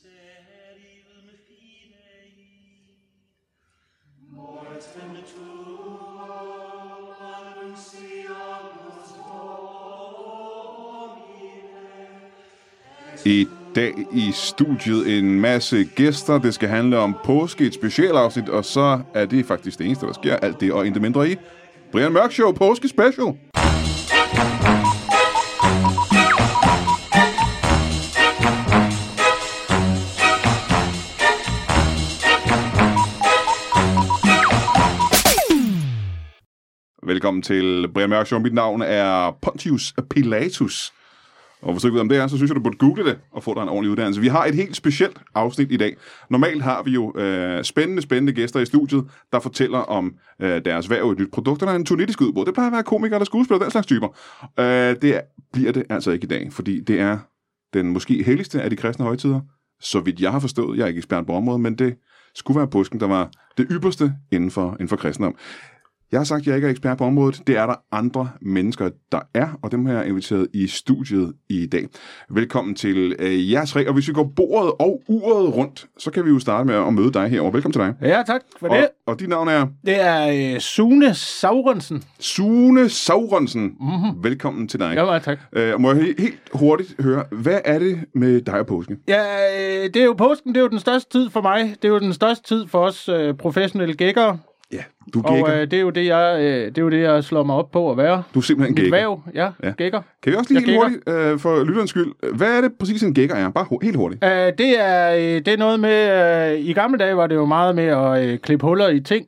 steril fidei, mortem tuum annunciamus I dag i studiet en masse gæster. Det skal handle om påske, et specialafsnit, og så er det faktisk det eneste, der sker. Alt det og intet mindre i Brian Mørk Show Påske Special. Velkommen til Brian Mørk Show. Mit navn er Pontius Pilatus. Og hvis du ikke ved, om det er, så synes jeg, du burde google det og få dig en ordentlig uddannelse. Vi har et helt specielt afsnit i dag. Normalt har vi jo øh, spændende, spændende gæster i studiet, der fortæller om øh, deres hverv i et nyt produkt, eller en turnitisk udbrud. Det plejer at være komikere eller skuespillere, den slags typer. Øh, det er, bliver det altså ikke i dag, fordi det er den måske helligste af de kristne højtider, så vidt jeg har forstået. Jeg er ikke ekspert på området, men det skulle være påsken, der var det ypperste inden for, inden for kristendom. Jeg har sagt, at jeg ikke er ekspert på området. Det er der andre mennesker, der er, og dem har jeg inviteret i studiet i dag. Velkommen til øh, jer tre, og hvis vi går bordet og uret rundt, så kan vi jo starte med at møde dig herover. Velkommen til dig. Ja, tak for Og, det. og dit navn er Det er øh, Sune Saurensen. Sune Sauronsen. Mm-hmm. Velkommen til dig. Mhm. Ja, meget tak. Øh, og må jeg he- helt hurtigt høre, hvad er det med dig og påske? Ja, øh, det er jo påsken, det er jo den største tid for mig. Det er jo den største tid for os øh, professionelle gækkere. Ja, du Og gækker. øh, det, er jo det, jeg, øh, det er jo det, jeg slår mig op på at være. du er simpelthen Mit gækker. væv, ja, Ja. ja. gækker. Kan vi også lige Jeg helt hurtigt, øh, for lytterens skyld, øh, hvad er det præcis en gækker er? Bare hu- helt hurtigt. Øh, det, er, øh, det er noget med, øh, i gamle dage var det jo meget med at øh, klippe huller i ting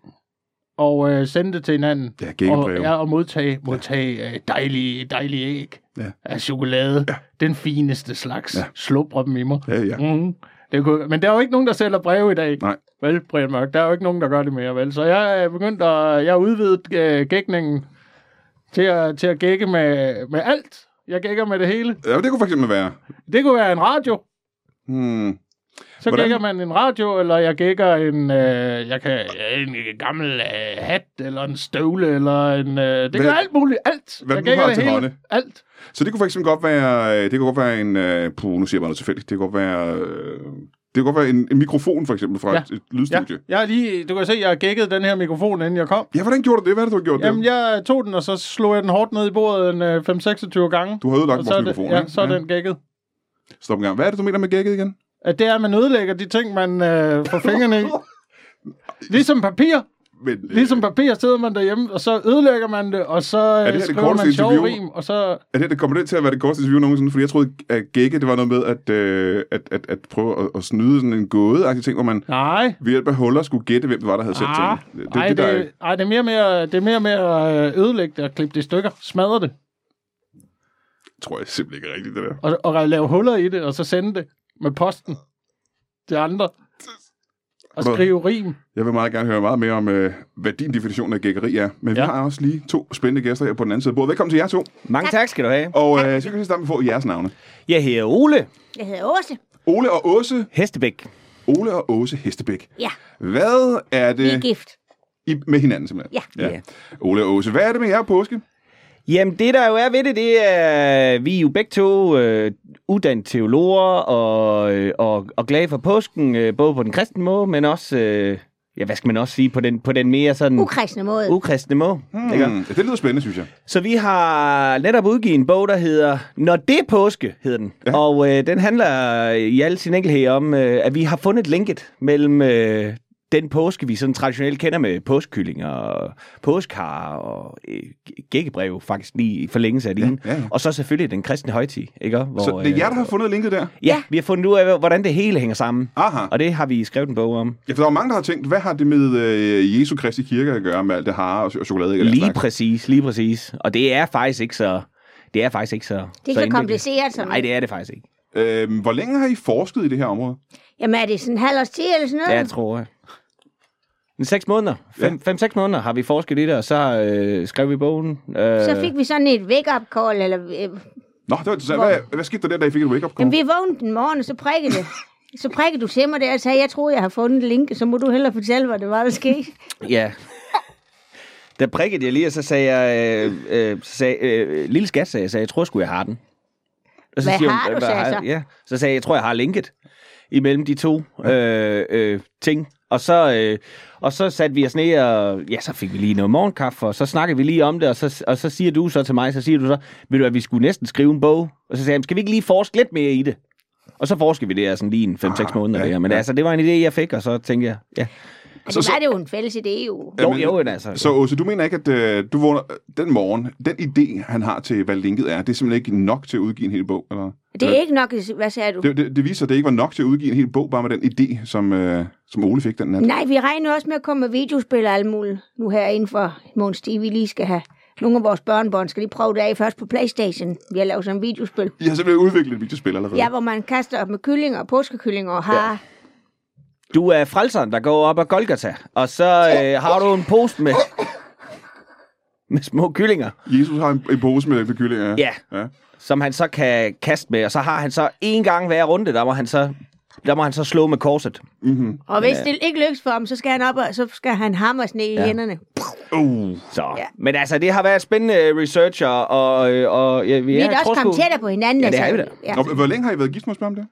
og øh, sende det til hinanden. Ja, gækkebreve. Og, ja, og modtage, modtage øh, dejlige, dejlige æg Ja. af chokolade. Ja. Den fineste slags. Ja. Ja. Slubre dem i mig. Ja, ja. Mm. Det kunne, men der er jo ikke nogen, der sælger breve i dag. Nej. Vel, Brian Mørk, der er jo ikke nogen, der gør det mere, vel? Så jeg er begyndt at... Jeg har udvidet øh, gækningen til at, til at gække med, med alt. Jeg gækker med det hele. Ja, det kunne for eksempel være... Det kunne være en radio. Hmm, Så Hvordan- Hvordan? gækker man en radio, eller jeg gækker en, øh, jeg kan, en øh, gammel øh, hat, eller en støvle, eller en... Øh, det Hvad- kan alt muligt. Alt. Hvad jeg du gækker har det til hele. hånde. Alt. Så det kunne for eksempel godt være, øh, det kunne godt være en, øh, puh, nu siger jeg bare noget tilfældigt, det kunne godt være, øh, det kunne godt være en, en mikrofon for eksempel fra ja. Ja. et, et Ja, lydstudie. Ja. jeg har lige, du kan se, jeg har gækket den her mikrofon, inden jeg kom. ja, hvordan gjorde du det? Hvad er det, du har gjort Jamen, der? jeg tog den, og så slog jeg den hårdt ned i bordet en øh, 5-26 gange. Du har ødelagt og så er, vores det, mikrofon, ja, ikke? så er den gækket. Stop en gang. Hvad er det, du mener med gækket igen? At det er, at man ødelægger de ting, man øh, får fingrene i. Ligesom papir. Men, øh, Ligesom papir sidder man derhjemme, og så ødelægger man det, og så det er her det det skriver man korteste sjove interview? rim, og så... Er det, det kommer det til at være det korteste interview nogensinde? Fordi jeg troede, at gække, det var noget med at, øh, at, at, at prøve at, at snyde sådan en gåde ting, hvor man Nej. ved hjælp af huller skulle gætte, hvem det var, der havde sendt Ah, ting. Det, nej, det, der, det, ej, det er mere med at- det er mere med at ødelægge det og klippe det i stykker, smadre det, tror jeg simpelthen ikke er rigtigt, det der. og, og lave huller i det, og så sende det med posten til andre. Og Hvad? skrive rim. Jeg vil meget gerne høre meget mere om, øh, hvad din definition af gækkeri er. Men ja. Ja. vi har også lige to spændende gæster her på den anden side af bordet. Velkommen til jer to. Mange tak skal du have. Og øh, så kan vi starte med at få jeres navne. Jeg hedder Ole Jeg hedder Åse. Ole og Åse. Hestebæk. Ole og Åse Hestebæk. Ja, Hvad er vi er Øh. det gift. I, med hinanden simpelthen? Ja. Ja. Ole og Åse, hvad er det med jer påske? Jamen, det der jo er ved det, det er, vi er jo begge to øh, uddannede teologer og, øh, og, og glade for påsken, øh, både på den kristne måde, men også, øh, ja, hvad skal man også sige, på den, på den mere sådan Ukristne måde. ukristne måde. Mm. Ikke? Ja, det lyder spændende, synes jeg. Så vi har netop udgivet en bog, der hedder Når det er påske, hedder den. Ja. Og øh, den handler i al sin enkelhed om, øh, at vi har fundet linket mellem øh, den påske, vi sådan traditionelt kender med påskekyllinger og påskar og øh, gækkebrev faktisk lige i forlængelse af din. ja, ja. Og så selvfølgelig den kristne højtid. Ikke? Hvor, øh, Så det er jer, der har fundet linket der? Ja, vi har fundet ud af, hvordan det hele hænger sammen. Aha. Og det har vi skrevet en bog om. Ja, for der er jo mange, der har tænkt, hvad har det med øh, Jesu Kristi Kirke at gøre med alt det hare og, og chokolade? ikke? Altså, Og den Lige slags? præcis, lige præcis. Og det er faktisk ikke så... Det er faktisk ikke så... Det er så så indviklet. kompliceret som... Nej, det er det faktisk ikke. Øhm, hvor længe har I forsket i det her område? Jamen er det sådan halv års tid eller sådan Ja, noget? jeg tror jeg. En seks måneder. Fem, fem, seks måneder har vi forsket i det, og så øh, skrev vi bogen. Øh, Så fik vi sådan et wake-up call, eller... Øh, Nå, det var interessant. Hvad, hvad skete der der, da I fik et wake-up call? jamen, vi vågnede den morgen, og så prikkede det. Så prikkede du til mig der og sagde, jeg tror, jeg har fundet link, så må du hellere fortælle, hvad det var, der skete. Ja. Der prikkede jeg lige, og så sagde jeg, øh, øh, så sagde, øh, lille skat, sagde jeg, sagde, jeg tror sgu, jeg har den. Og så Hvad siger har hun, du, sagde jeg så. Ja. Så sagde jeg, jeg tror, jeg har linket imellem de to øh, øh, ting. Og så, øh, og så satte vi os ned, og ja, så fik vi lige noget morgenkaffe, og så snakkede vi lige om det, og så, og så siger du så til mig, så siger du så, ved du at vi skulle næsten skrive en bog? Og så sagde jeg, "Men skal vi ikke lige forske lidt mere i det? Og så forskede vi det altså lige en 5-6 måneder Ah, ja, der. Men ja. altså, det var en idé, jeg fik, og så tænkte jeg, ja. Men Så- det så- var det jo en fælles idé, jo. Jo, Jamen, jo, men altså. Så Åse, du mener ikke, at øh, du vågner den morgen, den idé, han har til, hvad linket er, det er simpelthen ikke nok til at udgive en hel bog? Eller? Det er ikke nok, hvad sagde du? Det, det, det viser sig, at det ikke var nok til at udgive en hel bog, bare med den idé, som, øh, som Ole fik den nat. Nej, vi regner også med at komme med videospil og alt muligt nu her inden for Måns Stig, vi lige skal have. Nogle af vores børnebørn skal lige prøve det af først på Playstation. Vi har lavet sådan en videospil. I har simpelthen udviklet et videospil Mm. allerede. Ja, hvor man kaster op med kyllinger og påskekyllinger og har... Ja. Du er frelseren, der går op ad Golgata, og så øh, har du en pose med, med små kyllinger. Jesus har en, en pose med, med kyllinger. Ja. ja. som han så kan kaste med, og så har han så en gang hver runde, der må han så, der må han så slå med korset. Og hvis det ikke lykkes for ham, så skal han op og så skal han hammers ned i ja. hænderne. Uh. Så. Ja. Men altså, det har været spændende researcher, og, øh, og ja, Vi jeg er da tror også kommet sgu- tættere på hinanden. Ja, det altså. er vi da. Ja. Og, hvor længe har I været gift, må jeg spørge om det?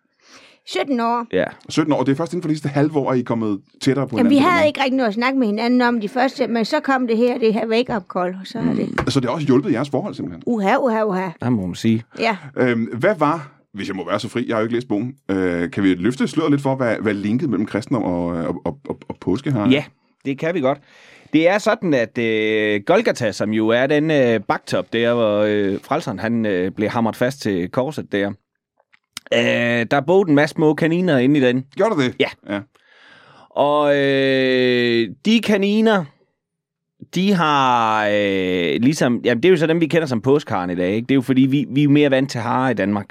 17 år. Ja. 17 år, det er først inden for de sidste halve år, at I er kommet tættere på Jamen, hinanden. vi på den havde måde. ikke rigtig noget at snakke med hinanden om de første, men så kom det her, det her wake-up call, og så er det Mm. Så det har også hjulpet jeres forhold, simpelthen. uha, uha, uha. Der må man sige. Ja. Øhm, hvad var, hvis jeg må være så fri, jeg har jo ikke læst bogen, øh, kan vi løfte sløret lidt for, hvad, hvad linket mellem kristendom og, øh, og, og, og, og påske har? Ja, det kan vi godt. Det er sådan, at øh, Golgata, som jo er den øh, baktop der, hvor øh, frelseren han øh, blev hamret fast til korset der, øh, der boede en masse små kaniner inde i den. Gjorde du det? Ja. ja. Og øh, de kaniner, de har øh, ligesom... Jamen, det er jo så dem, vi kender som påskaren i dag, ikke? Det er jo fordi, vi, vi er mere vant til harer i Danmark.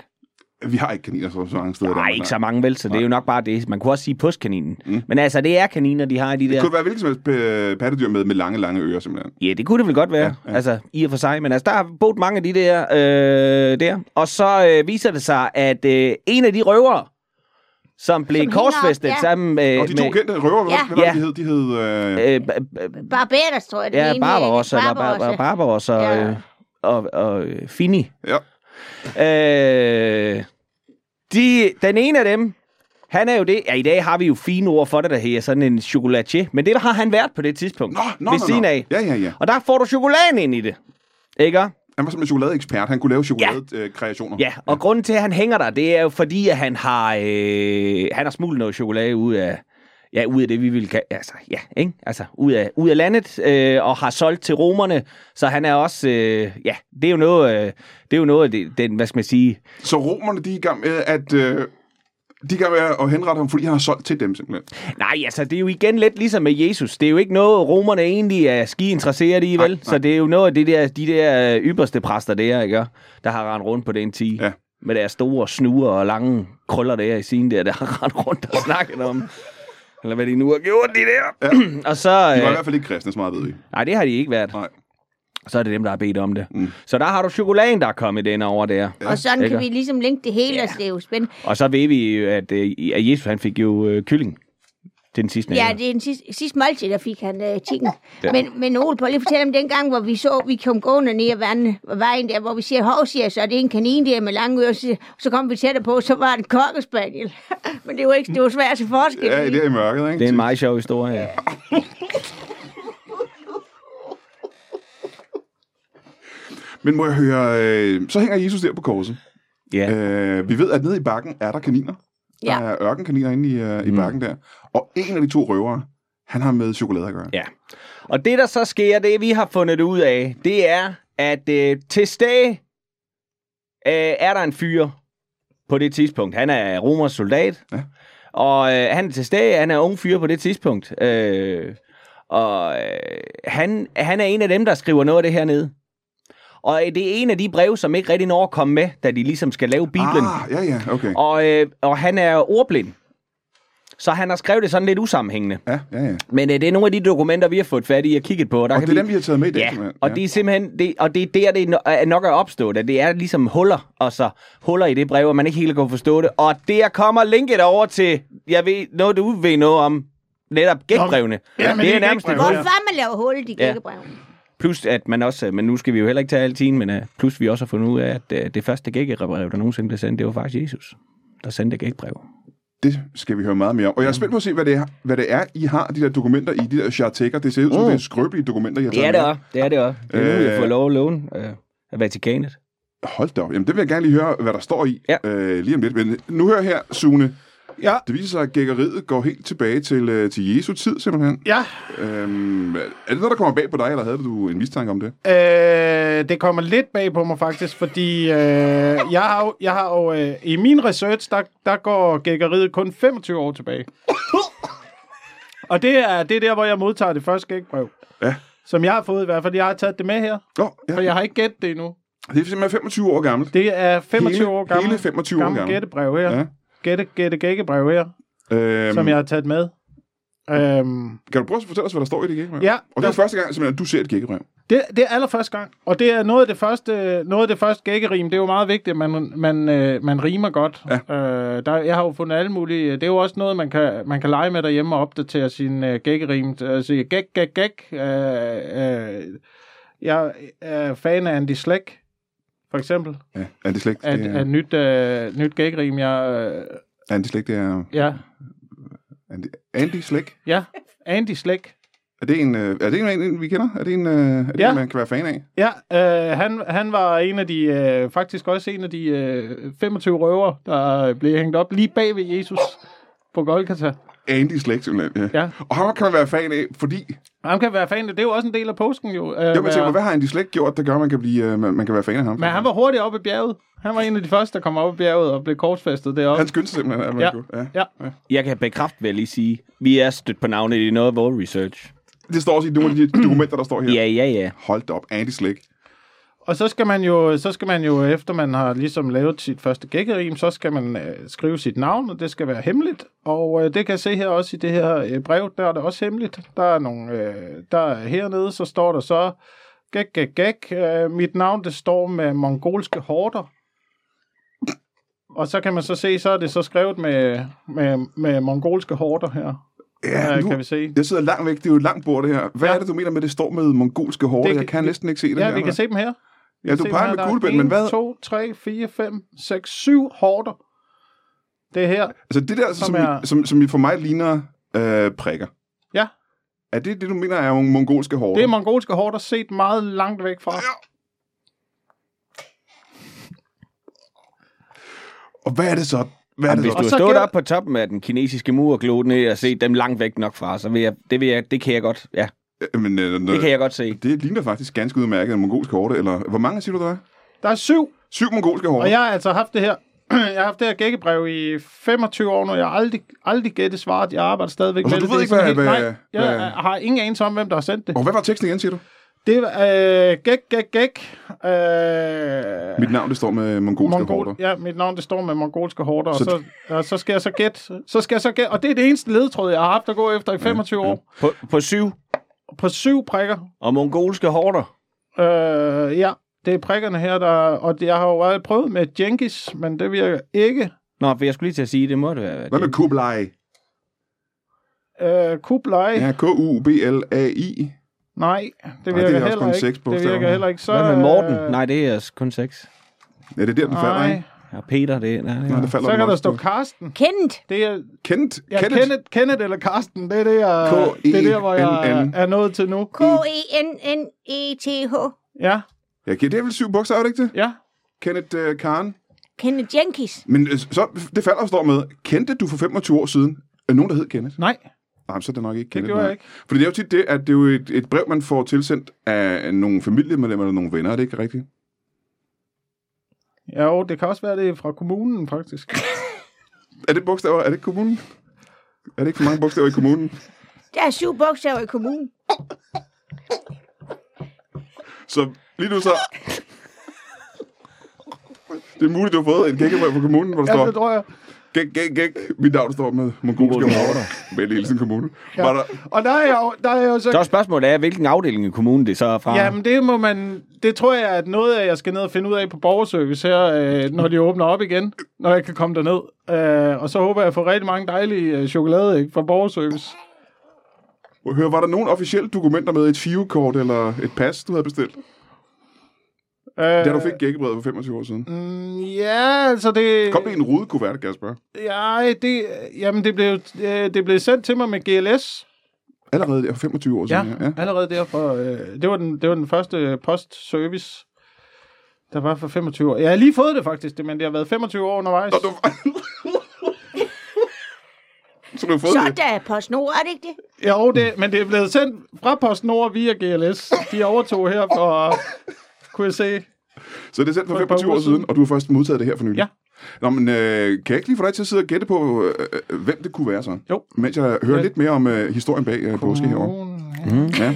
Vi har ikke kaniner så, så mange steder. i Nej, Danmark, ikke så mange vel, så det er jo nok bare det. Man kunne også sige påskaninen. Mm. Men altså, det er kaniner, de har i de Det der... kunne være hvilket som helst øh, pattedyr med, med lange, lange ører, simpelthen. Ja, det kunne det vel godt være. Ja, ja. Altså, i og for sig. Men altså, der har boet mange af de der, øh, der. Og så øh, viser det sig, at øh, en af de røvere, som blev hænger op, korsfæstet ja. sammen Øh, med... Og de to kendte røver, hvad, Ja. hvad var det, Ja. de hed? De hed... Øh, øh, b- b- Barbados, tror jeg, den Ja, ene, Barbarossa, eller Barbarossa. Bar- Bar- Barbarossa og, Ja. øh, og, og øh, Fini. ja. Øh, de, den ene af dem, han er jo det, ja i dag har vi jo fine ord for det, der hedder sådan en chocolatier, men det har han været på det tidspunkt, Nå, nå, ved nå, siden nå. af. Ja, ja, ja. Og der får du chokoladen ind i det, ikke? Han var simpelthen chokoladeekspert. Han kunne lave chokoladekreationer. Ja, og grunden til, at han hænger der, det er jo fordi, at han har, øh, han har smuglet noget chokolade ud af, ja, ud af det, vi vil altså, ja, ikke? Altså, ud af, ud af landet, øh, og har solgt til romerne, så han er også, øh, ja, det er jo noget, øh, det er jo noget, af det, den, hvad skal man sige, Så romerne, de er i gang med at... Øh, de kan være at henrette ham, fordi han har solgt til dem, simpelthen. nej, altså, det er jo igen lidt ligesom med Jesus, det er jo ikke noget, romerne egentlig er ski interesseret i, vel? Nej, nej. Så det er jo noget af det der, de der øh, ypperste præster der, ikke? Der har rendt rundt på den ti. Ja. Med deres store snuer og lange krøller der i sin der, der har rendt rundt og snakket om. Eller hvad de nu har gjort, de der. Ja. og så... De var i Øh, hvert fald ikke kristne, så meget ved vi. nej, det har de ikke været. Nej. Så er det dem, der har bedt om det. Mm. Så der har du chokoladen, der er kommet den over der. Og sådan Ikke? kan vi ligesom linke det hele, og det er jo spændende. Og så ved vi, jo, at, øh, at Jesus han fik jo øh, kylling til den sidste. Ja, ende. det er den sidste, sidste måltid, der fik han øh, chicken. Men, men Ole, prøv lige at fortælle om den gang, hvor vi så, vi kom gående ned ad vandet, vejen der, hvor vi siger, hov, siger jeg så, det er en kanin der med lange ører, så, så kom vi tættere på, så var det en kokkespaniel. men det var, ikke, det var svært til forskel. Ja, det er i mørket, ikke? det er en meget sjov historie. Ja. Men må jeg høre... Øh, så hænger Jesus der på korset. ja. Øh, vi ved, at nede i bakken er der kaniner. Der Ja. er ørkenkaniner inde i, øh, Mm. i bakken der. Og en af de to røvere, han har med chokolade at gøre. Ja. Og det, der så sker, det vi har fundet det ud af, det er, at øh, til stede øh, er der en fyr på det tidspunkt. Han er romers soldat, Ja. ja. og øh, han er til stede, han er ung fyr på det tidspunkt. Øh, og øh, han, han er en af dem, der skriver noget af det her ned. Og øh, det er en af de breve, som ikke rigtig når at komme med, da de ligesom skal lave Bibelen. Ah, ja, ja, okay. Og, øh, og han er ordblind. Så han har skrevet det sådan lidt usammenhængende. Ja, ja, ja. Men øh, det er nogle af de dokumenter, vi har fået fat i og kigget på. Og, der Og kan det er vi... dem, vi har taget med i dag, Ja, simpelthen. og det er simpelthen, det, og det er der, det er no- er nok er opstået, at det er ligesom huller, og så huller i det brev, og man ikke helt kan forstå det. Og der kommer linket over til, jeg ved noget, du ved noget om, netop gækbrevene. Ja, men det det er er nærmest et gækbreve, hul. Hvorfor man laver hul i de Ja. kirkebrev? Plus at man også, øh, men nu skal vi jo heller ikke tage alle timen, men øh, plus vi også har fundet ud af, at øh, det første gækkebrev, der nogensinde blev sendt, det var faktisk Jesus, der sendte gækkebrev. Det skal vi høre meget mere om. Og jeg er spændt på at se, hvad det er, hvad det er I har de der dokumenter i, de der chartekker. Det ser ud som, Mm. det er skrøbelige dokumenter, I har Det er taget det med. også, det er det også. Det er nu, jeg Øh. får lov at låne øh, af Vatikanet. Hold da op. Jamen, det vil jeg gerne lige høre, hvad der står i Ja. øh, lige om lidt. Men nu hører her, Sune. Ja. Det viser sig, at gækkeriet går helt tilbage til, øh, til Jesu tid, simpelthen. Ja, Øhm, er det noget, der kommer bag på dig, eller havde du en mistanke om det? Øh, det kommer lidt bag på mig faktisk, fordi øh, jeg har jo, jeg har jo øh, i min research, der, der går gækkeriet kun 25 år tilbage. Og det er, det er der, hvor jeg modtager det første gækbrev. Ja. Som jeg har fået i hvert fald. Jeg har taget det med her, Nå, ja. for jeg har ikke gættet det endnu. Det er simpelthen 25 år gammelt. Det er 25 Hele- år gammel, hele 25 år gammel gammel. gættebrev her. Ja. Gætte, gætte, gækkebrev her, Øhm, som jeg har taget med. Øhm, Kan du prøve at fortælle os, hvad der står i det gækkebrev? Ja. Og det er første gang, simpelthen, at du ser et gækkebrev. Det, det er allerførste gang, og det er noget af det første, noget af det første gækkerim. Det er jo meget vigtigt, at man, man, øh, man rimer godt. Ja. Øh, der, jeg har jo fundet alle mulige... Det er jo også noget, man kan, man kan lege med derhjemme og opdatere sin øh, gækkerim. Altså gæk, gæk, gæk. Øh, øh, jeg er fan af Andy Slæk, for eksempel. Ja, antislægt. At, det yeah. er, at nyt, øh, nyt gækkerim, jeg... Øh, antislægt, det er... ja, Anti, antislægt. ja, Andy Slæk. Er det en, øh, er det en, en vi kender? Er det en, øh, er det Ja. en, man kan være fan af? Ja, øh, han, han var en af de, øh, faktisk også en af de øh, 25 røver, der øh, blev hængt op lige bag ved Jesus på Golgata. Antislægt, simpelthen. Ja. Ja. Og ham kan man være fan af, fordi... Han kan være fan, det er jo også en del af påsken jo. Øh, Jeg vil tænke være- mig, hvad har antislægt gjort, der gør, at man kan, blive, øh, man, man kan være fan af ham? Men han var hurtigt oppe i bjerget. Han var en af de første, der kom op i bjerget og blev korsfæstet deroppe. Han skyndte sig simpelthen, at man Ja. kunne. Ja. Ja. Jeg kan bekræfte, vil jeg lige sige. Vi er stødt på navnet i noget af vores research. Det står også i nogle af de dokumenter, der står her. Ja, ja, ja. Hold da op, antislægt. Og så skal man jo, så skal man jo efter man har ligesom lavet sit første gækkerim, så skal man øh, skrive sit navn, og det skal være hemmeligt. Og øh, det kan jeg se her også i det her øh, brev, der er det også hemmeligt. Der er nogle, øh, der er hernede, så står der så, gæk, gæk, gæk, øh, mit navn det står med mongolske horder. Og så kan man så se, så er det så skrevet med, med, med mongolske horder her, Ja, øh, nu, kan vi se. jeg sidder langt væk. Det er jo et langt bord, det her. Hvad Ja. er det, du mener med, det står med mongolske hårde? Det- Jeg kan næsten ikke se det Ja, her. vi kan se dem her. Vi Ja, kan du se dem peger her. med Der er kuglepen, en, men hvad- 2, 3, 4, 5, 6, 7 hårder. Det er her. Altså det der, som, som, Som er- I, som, som I for mig ligner øh, prikker. Ja. Er det det, du mener er nogle mongolske hårde? Det er mongolske hårder set meget langt væk fra. Og hvad er det så? Hvad er Jamen, det hvis så? du har så stået gælder- op på toppen af den kinesiske mur og gloet ned og set dem langt væk nok fra, så vil jeg, det, vil jeg, det kan jeg godt, ja, Jamen, øh, det det, kan jeg godt se. det ligner faktisk ganske udmærket en mongolsk hårde, eller hvor mange siger du, der er? Der er syv, Syv mongolske hårde. og jeg har altså haft det her. Jeg har haft det her gækkebrev i 25 år nu. Jeg har aldrig, aldrig gættet svaret. Jeg arbejder stadigvæk Og så med Altså, du det. ved Det er ikke, sådan hvad- helt- hvad- Nej, jeg hvad- har ingen anelse om, hvem der har sendt det. Og hvad var teksten igen, siger du? Det er øh, gæk, gæk, gæk. Øh, Mit navn, det står med mongolske Mongol. hårde. Mongol, ja, mit navn det står med mongolske hårder, Så så, og så, og så skal jeg så gætte. Så skal jeg så gætte, og det er det eneste ledtråd, jeg har haft at gå efter i 25 år. På, på syv På syv prikker. og mongolske hårder. Øh, ja, det er prikkerne her, der, og det- jeg har jo allerede prøvet med Jenkins, men det virker ikke. Nå, for jeg skulle lige til at sige, det må det være. Hvad med Kublai? Øh, Kublai, ja. Ja, K-U-B-L-A-I. nej, Nej, det det virker er også heller kun ikke. seks det bogstaver. virker heller ikke. Så, Hvad med Morten? øh, Nej, det er kun seks. Ja, det er der, den falder, nej. ikke? Og Peter, det er... Nej, det Nej, er det falder Så den kan der også. stå Karsten. Kendt. Det er, Kent? ja, Kenneth? E Kenneth, Kenneth eller Karsten, det er det, jeg, det er der, hvor jeg K-E-N-N. er nået til nu. K-E-N-N-E-T-H. Ja, Ja, det er vel syv bogstaver, er det ikke det? ja. Kenneth uh, Karen. Kenneth Jenkins. Men øh, så, det falder står med, kendte du for 25 år siden øh, nogen, der hed Kenneth? Nej, Nej, så er det nok ikke det Kenneth. gjorde jeg nej. ikke. Fordi det er jo tit det, at det er jo et, et brev, man får tilsendt af nogle familiemedlemmer eller nogle venner, er det ikke rigtigt? Ja, jo, det kan også være, det er fra kommunen, faktisk. Er det bogstaver? Er det ikke kommunen? Er det ikke for mange bogstaver i kommunen? Der er syv bogstaver i kommunen. Så lige nu så... Det er muligt, du har fået en gækkebrev fra kommunen, hvor der Ja, det står, tror jeg. gæk, gæk, gæk, mit navn står med mongolske Mongolske order. Med Nielsen Kommune. Var der, Og der er jeg jo, der er jeg jo så... Så spørgsmålet er, hvilken afdeling i kommunen det så er fra. Jamen, det må man... Det tror jeg, at noget af, jeg skal ned og finde ud af på borgerservice her, øh, når de åbner op igen, når jeg kan komme derned. Øh, og så håber jeg at få rigtig mange dejlige øh, chokolade ikke, fra borgerservice. Må jeg høre, var der nogen officielle dokumenter med et FIU-kort eller et pas, du havde bestilt? Øh, Da du fik gækkebrevet for 25 år siden. mm, Ja, altså det... Kom det i en rude kuvert, kan jeg spørge? Ja, det, jamen, det blev, øh, det blev sendt til mig med GLS. Allerede der for 25 år Ja, siden, ja. allerede derfra. Øh, det, var den, det var den første øh, postservice, der var for 25 år. Jeg har lige fået det faktisk, det, men det har været 25 år undervejs. Nå, du... Så du har fået Så det? da på snor, er det ikke det? Jo, det, men det er blevet sendt fra PostNord via GLS. De overtog her for, kunne jeg se. Så det er sendt for For et par 25 år uger siden, og du har først modtaget det her for nylig? Ja. Nå, men øh, kan jeg ikke lige få dig til at sidde og gætte på, øh, øh, hvem det kunne være så? Jo. Mens jeg hører lidt mere om øh, historien bag øh, påske herovre. Ja.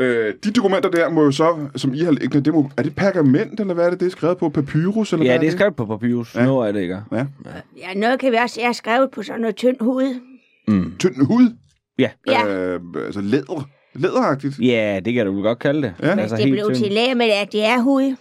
Øh, de dokumenter der må jo så, som I har liggende, det må, er det pergament, eller hvad er det, det er skrevet på? Papyrus, eller Ja, hvad det er skrevet på papyrus. Ja. Nu er det ikke. Ja. Ja, noget kan vi også. Jeg har skrevet på sådan noget tynd hud. Tynd hud? Ja. Ja, Øh, altså læder. Læderagtigt. Ja, det kan du vel godt kalde det. Altså, Ja. men det helt blev tynd. til læge med, at det er hud.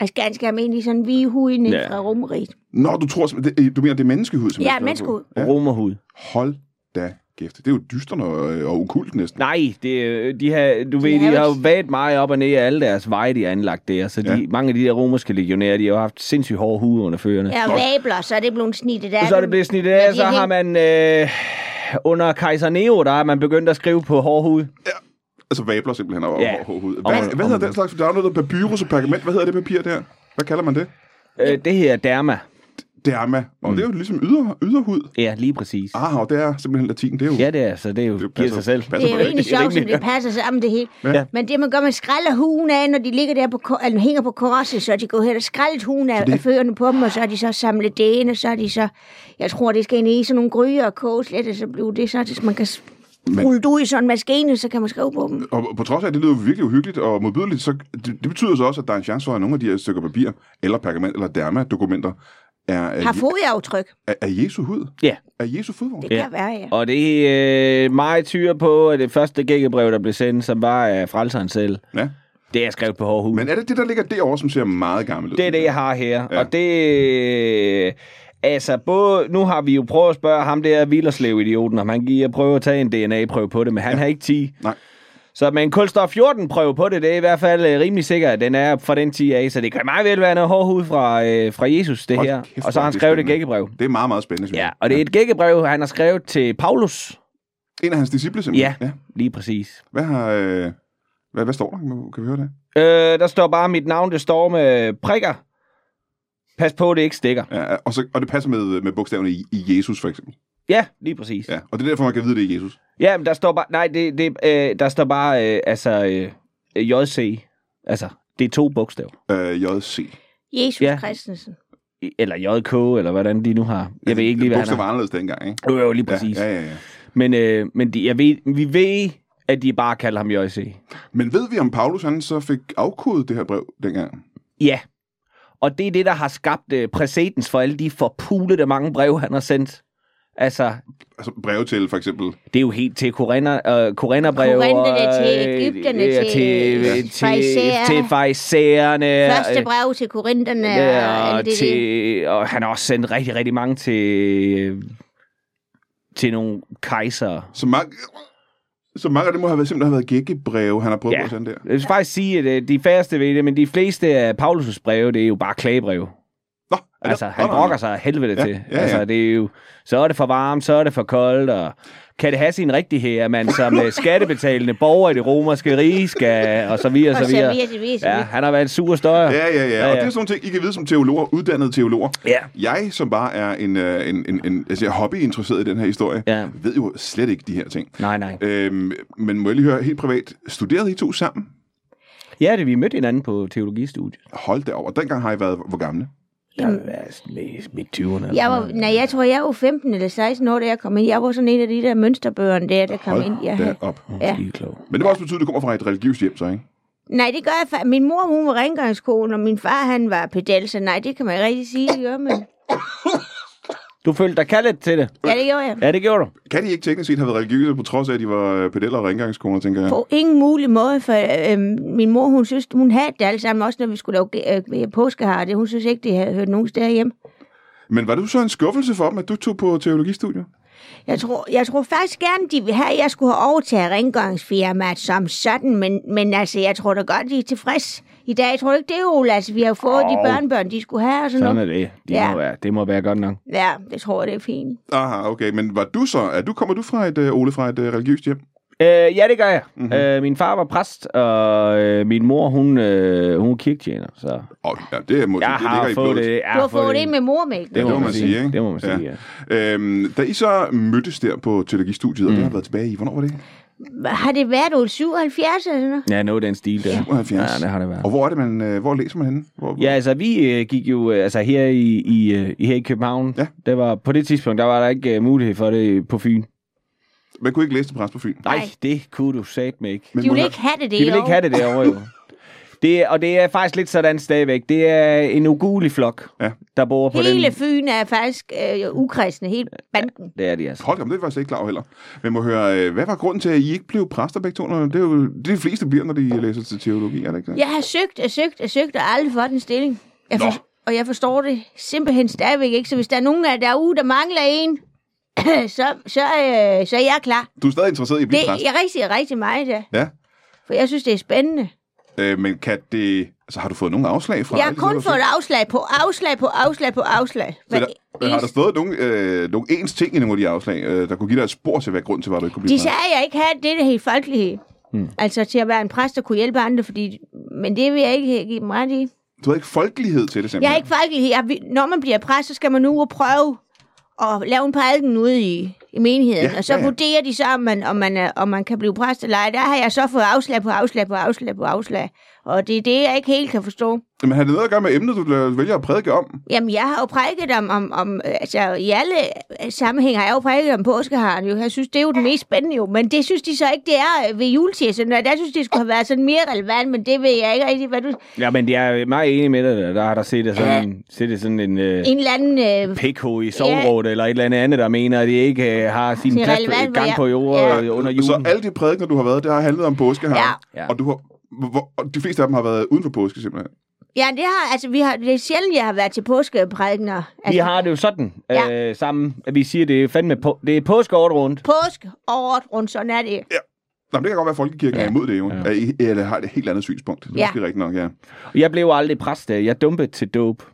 Altså ganske almindelig sådan vi hud ned Ja. fra rummerigt. Nå, du tror, sim- det, øh, du mener, det er menneskehud, som Ja, det er skrevet på. menneskehud. Romerhud. Hold da kæft. Det er jo dysterne og, øh, og okult næsten. Nej, det, øh, de har, du ved, er de jo har jo ikke- været meget op og ned af alle deres veje, de har anlagt der. Så de, Ja. mange af de der romerske legionærer, de har jo haft sindssygt hårde hud under fødderne. Ja, og vabler, så er det blevet snittet af. Og så er det dem. blevet snittet af, Men de så er har man... Øh, under kejser Neo, der er man begyndt at skrive på hård hud. Altså vabler simpelthen og, Ja. og, og hud. Og- Hvad, hvad hedder og- den slags? Der er noget der hedder papyrus og pergament. Hvad hedder det papir der? Hvad kalder man det? Øh, det her er derma. Derma. Mm. Og det er jo ligesom yder, yderhud. Ja, lige præcis. Ah, og det er simpelthen latin. Det er jo... Ja, det er, så det, er jo, Altså, det giver sig selv. Det er jo egentlig sjovt, som det passer sammen det hele. Ja. Men det man gør, man skræller huen af, når de ligger der på, ko- eller hænger på korset, så er de går hen og skrællet huen af, af fødderne på dem, og så har de så samlet det ind, og så er de så, jeg tror, det skal ind i sådan nogle gryder og koges lidt, og så bliver det så, at man kan s- Men- rulle det ud i sådan en maskine, så kan man skrive på dem. Og på trods af, at det lyder virkelig uhyggeligt og modbydeligt, så det, det betyder så også, at der er en chance for, at nogle af de her stykker papir, eller pergament, eller derma-dokumenter, er, Har er, fodaftryk. er, er Jesu hud. Ja. Er Jesu fodvogn. Det Ja. kan være, ja. Og det er øh, meget tyre på, at det første gækkebrev, der blev sendt, som var af frelseren selv, Ja. det er skrevet på hård hud. Men er det det, der ligger derovre, som ser meget gammelt ud? Det er det, jeg har her. Ja. Ja. Og det... øh, Altså, både, nu har vi jo prøvet at spørge ham der Villerslev-idioten, om han giver prøve at tage en DNA-prøve på det, men han ja. har ikke 10. Nej. Så med en kulstof 14-prøve på det, det er i hvert fald øh, rimelig sikkert, at den er fra den 10 af, så det kan meget vel være noget hård hud fra, øh, fra Jesus, det Hold her. kæft, og så hvor har han er det skrevet et spændende. gækkebrev. Det er meget, meget spændende, synes Ja, jeg. og det er et gækkebrev, han har skrevet til Paulus. En af hans disciple, Ja, simpelthen. ja. lige præcis. Hvad, har, øh, hvad, hvad står der? Kan- Kan vi høre det? Øh, der står bare mit navn, det står med prikker. Pas på, det ikke stikker. Ja, og, så, og det passer med, med bogstaverne i, i Jesus, for eksempel. Ja, lige præcis. Ja, og det er derfor, man kan vide, det er Jesus. Ja, men der står bare, nej, det, det, øh, der står bare, øh, altså, øh, JC, altså, det er to bogstaver. Øh, JC. Jesus Ja. ja. Christensen. I- Eller JK, eller hvordan de nu har. Jeg ved ikke lige, hvad han Bogstaver har. var anderledes dengang, ikke? Jo, jo, lige præcis. Ja, ja, ja, ja. Men, øh, men de, jeg ved, vi ved, at de bare kalder ham JC. Men ved vi, om Paulus han så fik afkodet det her brev dengang? Ja. Og det er det, der har skabt øh, præcedens for alle de forpulede mange brev, han har sendt. Altså, Altså brev til for eksempel... det er jo helt til Korinner, øh, Korinnerbrev. Korinterne og, til øh, Ægypterne ja, til- til, til, Farisæerne. til farisæerne. øh, Første brev til korinterne og Ja, alt og, det, det. til, og han har også sendt rigtig, rigtig mange til, øh, til nogle kejser. Så mange, så mange af dem må have været, simpelthen have været gækkebreve, han har prøvet Ja. at sådan der. Jeg vil faktisk sige, at øh, de færreste ved det, men de fleste af Paulus' breve, det er jo bare klagebreve. Nå, er Altså, der- han Nå, nå, nå. brokker sig af helvede Ja, til. ja, ja. Altså, det er jo, så er det for varmt, så er det for koldt, og kan det have sin rigtighed, at man som øh, skattebetalende borger i det romerske rige skal, og så videre, og Og så så videre. videre, så videre, så Ja, videre. han har været en sur støjer. Ja, ja, ja. Ja, Og ja. det er sådan nogle ting, I kan vide som teologer, uddannede teologer. Ja. Jeg, som bare er en, øh, en, en, en altså jeg er hobbyinteresseret i den her historie, Ja. ved jo slet ikke de her ting. Nej, nej. Øhm, men må jeg lige høre helt privat, studerede I to sammen? Ja, det vi mødte hinanden på teologistudiet. Hold da over. Dengang har I været hvor gamle? Jamen, jeg var sådan i midt 20'erne. eller Jeg sådan var, noget. nej, jeg tror, jeg var 15 eller 16 år, da jeg kom ind. Jeg var sådan en af de der mønsterbørn der, der kom Hold ind. Jeg, da op. Ja. Skide klog. Men det må også betyde, at du kommer fra et religiøst hjem, så ikke? Nej, det gør jeg faktisk. Min mor, hun var rengøringskone, og min far, han var pedel, så nej, det kan man ikke rigtig sige, jo, men... Du følte dig kaldet til det. Ja, det gjorde jeg. Ja, det gjorde du. Kan de ikke teknisk set have været religiøse, på trods af, at de var øh, pedeller og rengøringskoner, tænker jeg? På ingen mulig måde, for øh, min mor, hun synes, hun havde det alle sammen, også når vi skulle lave øh, påskehar, det hun synes ikke, det havde hørt nogen steder hjem. Men var du så en skuffelse for dem, at du tog på teologistudiet? Jeg tror, jeg tror faktisk gerne, de vil have, at jeg skulle have overtaget rengøringsfirmaet som sådan, men, men altså, jeg tror da godt, de er tilfredse i dag. Jeg tror ikke, det er Ole. Altså, vi har fået oh. de Åh. børnebørn, de skulle have og sådan, Sådan noget. er det. De Ja. ja. må være, det må være godt nok. Ja, det tror jeg, det er fint. Aha, okay. Men var du så... Er du, kommer du fra et, øh, Ole, fra et øh, religiøst hjem? Øh, ja, det gør jeg. Mhm. Mm-hmm. Øh, min far var præst, og øh, min mor, hun, øh, hun er kirketjener. Så Åh, ja, det, må, jeg det, det har ligger i fået blodet. det. Jeg Du har har fået det med mor, Mikkel. Det må man sige, ikke? Det må man sige, Ja. ja. Øhm, da I så mødtes der på teologistudiet, mm. og det har været tilbage i... Hvornår var det? Har det været Ole 77 eller sådan noget? Ja, noget den stil der. 72. Ja, det har det været. Og hvor er det, man... Øh, hvor læser man henne? Hvor, Ja, altså vi øh, gik jo øh, altså her i, i øh, her i København. Ja. Det var på det tidspunkt der var der ikke øh, mulighed for det på Fyn. Man kunne ikke læse det præst på Fyn. Nej, Nej. det kunne du satme ikke. Men De må vil jeg- ikke have det De det ville ikke have det derovre jo. Det, er- og det er faktisk lidt sådan stadigvæk. Det er en ugulig flok, Ja. der bor på Hele den. Fyn er faktisk øh, ukristne, helt banden. Det er de altså. Hold da op, det er jeg faktisk ikke klar over heller. Men må høre, øh, hvad var grunden til, at I ikke blev præster begge to? Når- Det er jo det, de fleste bliver, når de læser til teologi, er det ikke det? Jeg har søgt og søgt og søgt, og aldrig fået en stilling. Jeg for, og jeg forstår det simpelthen stadigvæk ikke. Så hvis der er nogen af jer derude, der mangler en, så, så, øh, så er jeg klar. Du er stadig interesseret i at blive Det præst. jeg rigtig, rigtig meget, ja. Ja. For jeg synes, det er spændende. Øh, men kan det... Altså, har du fået nogen afslag fra? Jeg har alle de steder, kun du har fået afslag på afslag på afslag på afslag. søgt? Så Men der, har der stået nogle, øh, nogle ens ting i nogle af de afslag, øh, der kunne give dig et spor til, hvad grund til var, at du ikke kunne blive De sagde, at jeg ikke havde det der helt folkelighed. Hmm. Altså til at være en præst og kunne hjælpe andre, fordi... men det vil jeg ikke give dem ret i. præst? Du havde ikke folkelighed til det, Jeg er simpelthen. ikke folkelighed. Jeg, vil- når man bliver præst, så skal man nu og prøve at lave en prædiken ude i, i menigheden. Ja, Ja, og så ja, ja, ja. ja. vurderer de så, om man, om, man, er- om man kan blive præst eller ej. Der har jeg så fået afslag på afslag på afslag på afslag. Og det er det, jeg ikke helt kan forstå. Men har det noget at gøre med emnet, du vælger at prædike om? Jamen, jeg har jo prædiket om, om, om altså i alle øh, sammenhænge har jeg jo prædiket om påskeharen jo. Jeg synes, det er jo den mest spændende jo, men det synes de så ikke, det er øh, ved juletid. Så der synes, det skulle have været sådan mere relevant, men det ved jeg ikke rigtig, hvad du... Ja, men jeg er meget enig med dig. Der, der har der set det sådan, ja. set det sådan en... Øh, En eller anden... Øh, PK i sovrådet, ja. eller et eller andet andet, der mener, at det ikke øh, har sin Det er plads relevant, gang hvor på jeg- jorden Ja. ja. under Så julen. alle de prædikener, du har været, det har handlet om påske her. Ja. Ja. Og, du har, hvor, og de fleste af dem har været uden for påske, simpelthen. ja, det har, altså, vi har, det er sjældent, jeg har været til påskeprædikener. Vi Altså, har det jo sådan Ja. øh, sammen, at vi siger, at det er fandme på, det er påskeåret rundt. påske året rundt, sådan er det. Nå, men det kan godt være, at folkekirken ja. er imod det, jo. Ja. Ja. I, eller har et helt andet synspunkt. Det er Ja. måske rigtigt nok, ja. Jeg blev aldrig præst, øh, jeg dumpede til dope.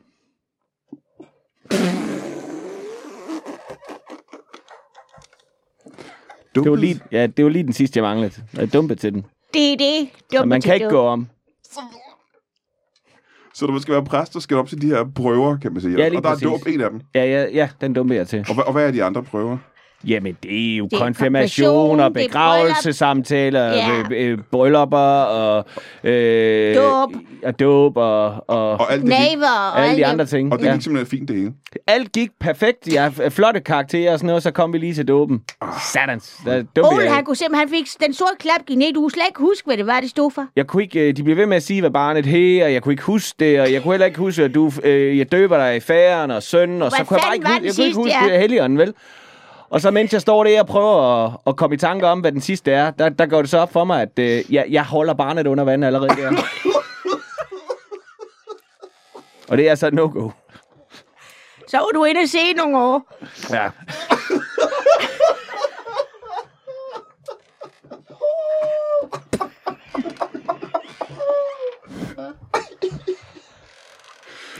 Det var, lige, ja, det var lige den sidste, jeg manglede. Jeg dumpede til den. Det er det. Og Dumt man til kan ikke dumt. gå om. Så du skal være præst, så skal du op til de her prøver, kan man sige. Ja, lige og der præcis. er dåb en af dem. Ja, ja, ja den dumpede jeg til. Og, hvad- og hvad er de andre prøver? Jamen, det er jo er konfirmation og konfirmation, det er begravelsesamtaler, bryllup. ja. øh, bryllupper og... Øh, Dåb. Og dåb og... og Og alt det, gik, Naver og alle de andre det. ting. og det ja. gik simpelthen fint, det hele. Alt gik perfekt. Jeg har flotte karakterer og sådan noget, så kom vi lige til dåben. Ah. Satans. Der dumpede Ole, jeg. han ikke. kunne simpelthen, han fik den sorte klap i ned. Du kunne slet ikke huske, hvad det var, det stod for. Jeg kunne ikke, øh, de blev ved med at sige, hvad barnet hed, og jeg kunne ikke huske det, og jeg kunne heller ikke huske, at du, øh, jeg døber dig i færen og sønnen, og så Hvad kunne jeg bare ikke, fanden huske, var den jeg kunne ikke sidste, huske ja? det helligånden, vel? Og så mens jeg står der og prøver at, at komme i tanke om, hvad den sidste er, der, der går det så op for mig, at øh, jeg, jeg holder barnet under vand allerede der. og det er altså et no-go. Så var du inde og se nogle år. Ja.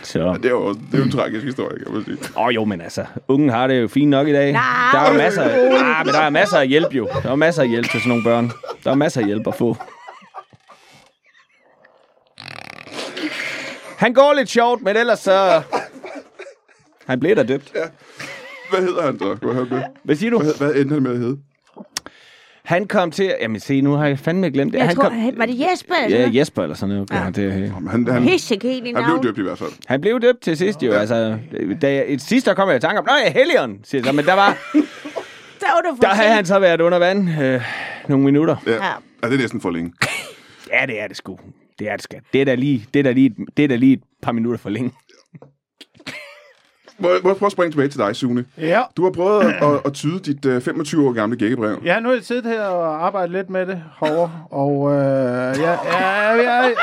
Så. Det er jo, det er jo en tragisk historie, kan man sige. Åh oh, jo, men altså, ungen har det jo fint nok i dag. Nej. der er jo masser, ah, men der er masser af hjælp jo. Der er masser af hjælp til sådan nogle børn. Der er masser af hjælp at få. Han går lidt sjovt, men ellers så... Han blev da døbt. Hvad hedder han så? Hvad, hedder det? Hvad siger du? Hvad, hvad endte han med at hedde? Han kom til... Jamen se, nu har jeg fandme glemt det. Jeg han tror, kom... kom... var det Jesper? eller sådan Ja, noget? Jesper eller sådan noget. Ja. Han, til, at hedde. Jamen, Han, han, Pissekæl i han blev navn. døbt i hvert fald. han blev døbt til sidst jo. Altså, da jeg, sidst der kom jeg i tanke om, nej, Helion, siger jeg så, men der var, Så var du for der havde sent. han så været under vand øh, nogle minutter. Ja. Ja. ja. det er næsten for længe. Ja, det er det sgu. Det er det, skat. Det er da lige, det er da lige, et- det er da lige et par minutter for længe. Må, jeg- må jeg prøve at springe tilbage til dig, Sune? Ja. Du har prøvet at, at tyde dit øh, 25 år gamle gækkebrev. Ja, nu har jeg siddet her og arbejdet lidt med det herovre, og øh, jeg, jeg, er ved- jeg,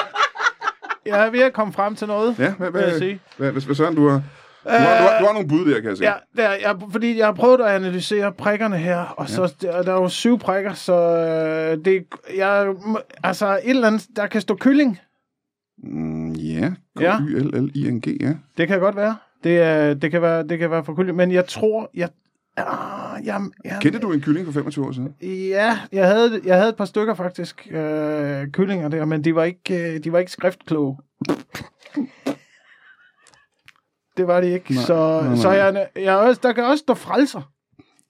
jeg er ved at komme frem til noget, Ja, hvad, vil jeg hvad, sige. hvad, hvad, hvad, hvad sådan, du har... Du har, du, har, du har nogle bud der, kan jeg se. Ja, der, jeg, fordi jeg har prøvet at analysere prikkerne her, og så der, der er jo syv prikker, så øh, det, jeg, altså et eller andet, der kan stå kylling. Mm, ja. Ja. K-Y-L-L-I-N-G, ja. Det kan godt være. Det, er, det, kan være, det kan være for kylling, men jeg tror, jeg... Ah, jamen, jeg Kendte du en kylling for 25 år siden? Ja, jeg havde, jeg havde et par stykker faktisk, øh, kyllinger der, men de var ikke, øh, de var ikke skriftkloge. det var de ikke. Nej, Nej, så nej, så nej. jeg, jeg er også, der kan også stå frelser.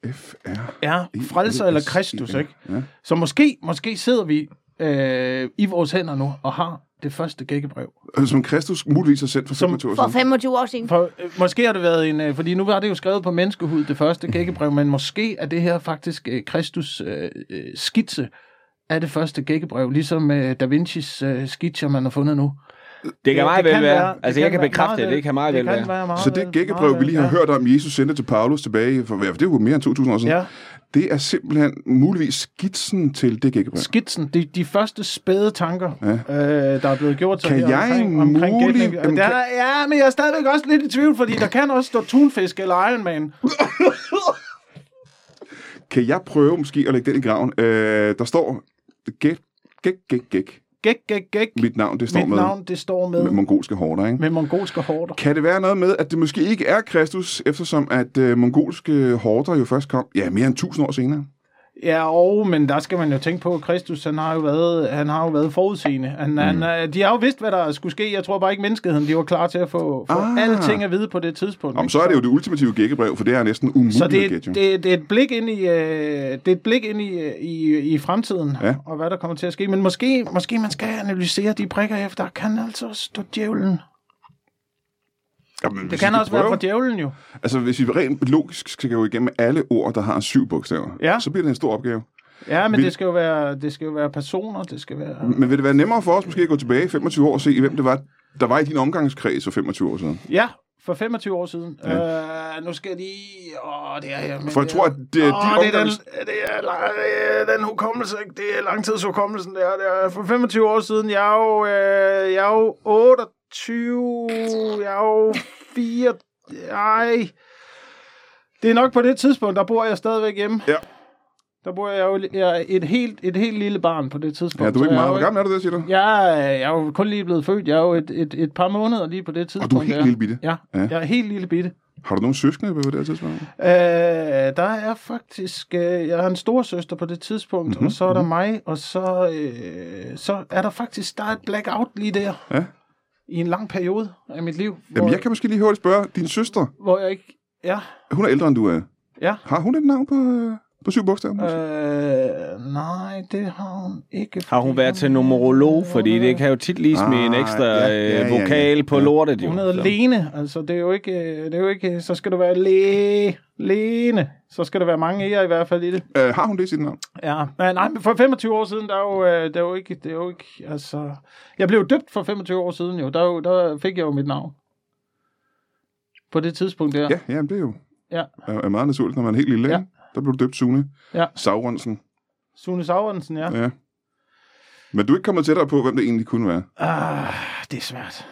F-R... Ja, frelser eller Kristus, ikke? Ja. Så måske, måske sidder vi øh, i vores hænder nu og har det første gækkebrev. Øh, Som Kristus muligvis har sendt for Som- 25 år For siden. 25 år siden. For, øh, måske har det været en... Øh, fordi nu var det jo skrevet på menneskehud, det første gækkebrev, men måske er det her faktisk øh, Kristus øh, øh, skitse af det første gækkebrev, ligesom øh, Da Vincis øh, skitser, man har fundet nu. Det kan meget vel være. Altså, jeg kan være bekræfte, meget at det kan meget vel kan være. meget Så det vel, gækkebrev, meget vi lige har vel, hørt om, Jesus sendte til Paulus tilbage, for, for det er jo mere end 2.000 år siden, Ja, ja. ja. det er simpelthen muligvis skitsen til det gækkebrev. skitsen, de, de første spæde tanker, Ja. ja. øh, der er blevet gjort Kan her jeg omkring, omkring mulig- gækkebrev. Jamen, der, kan- Ja, men jeg er stadigvæk også lidt i tvivl, fordi der kan også stå tunfisk eller Iron Man. Kan jeg prøve måske at lægge den i graven? Øh, der står gæk, gæk, gæk, gæk. Gæk, gæk, gæk. Mit navn, det står Mit med, navn, det står med, med mongolske hårder, ikke? med mongolske hårder. Kan det være noget med, at det måske ikke er Kristus, eftersom at øh, mongolske hårder jo først kom, ja, mere end 1000 år senere? Ja, og, men der skal man jo tænke på, at Kristus, han har jo været, han har jo været forudseende. Han, mm. han, øh, de har jo vidst, hvad der skulle ske. Jeg tror bare ikke, menneskeheden de var klar til at få, få Ah. ah. alting at vide på det tidspunkt. Om ikke? så er det jo det ultimative gækkebrev, for det er næsten umuligt så at det, gætte. det, jo. det, er et blik ind i, øh, det er et blik ind i, øh, i, i fremtiden, Ja. og hvad der kommer til at ske. Men måske, måske man skal analysere de prikker efter. Der kan altså også stå djævlen. Jamen, hvis Det vi kan skal også være prøve- for djævlen jo. Altså, hvis vi rent logisk skal gå igennem alle ord, der har syv bogstaver, Ja. så bliver det en stor opgave. Ja, men Vi- det skal jo være, det skal jo være personer. Det skal være... Men vil det være nemmere for os måske at gå tilbage i 25 år og se, hvem det var, der var i din omgangskreds for 25 år siden? Ja, for 25 år siden. Ja. Øh, nu skal jeg lige... Åh, det er jeg. Men For jeg det tror, er- at det er Åh, din det er, den, omgangs... det er, lang- det er den hukommelse, ikke? Det er langtidshukommelsen, det er, det er. For 25 år siden, jeg er jo, øh, jeg er jo 28, jeg er jo 4... Ej. Det er nok på det tidspunkt, der bor jeg stadigvæk hjemme. Ja. Der bor jeg jo jeg er et helt, et helt lille barn på det tidspunkt. Ja, du er så ikke jeg meget. jo Hvor gammel er du der, siger du? jeg, er- jeg er jo kun lige blevet født. Jeg er jo et, et, et par måneder lige på det tidspunkt. helt der. lille bitte? Ja, Ja. ja, jeg er helt lille bitte. Har du nogen søskende på det her tidspunkt? Øh, der er faktisk... Øh, jeg har en storsøster på det tidspunkt, Mhm, mm-hmm. og så er der mig, og så, øh, så er der faktisk... Der er et blackout lige der. Ja. I en lang periode af mit liv. Hvor, Jamen, jeg kan måske lige hurtigt spørge. Din søster, hvor jeg ikke... Ja, hun er ældre, end du er. ja. Har hun et navn på, øh, på syv bogstaver? Øh. Øh, nej, det har hun ikke. Har hun været til numerolog? Fordi det kan jo tit lige smide en Ah, ekstra ja, ja, ja, øh, ja. vokal på Ja. lortet, jo. Hun hedder Lene, altså det er jo ikke, øh, det er jo ikke, så skal du være læge, Lene. Så skal der være mange ære i hvert fald i det. Øh, har hun det i sit navn? Ja, nej, nej, men for 25 år siden, der er jo, øh, der er jo ikke, det er jo ikke, altså... Jeg blev jo døbt for 25 år siden jo, der, er jo, der fik jeg jo mit navn. På det tidspunkt der. Ja, ja jamen, det er jo Ja. er, er meget naturligt, når man er helt lille. Ja. ikke? Der blev du døbt Sune. Ja. Sauronsen. Sune Sauronsen, ja. Ja. Men du er ikke kommet tættere på, hvem det egentlig kunne være. Ah, det er svært.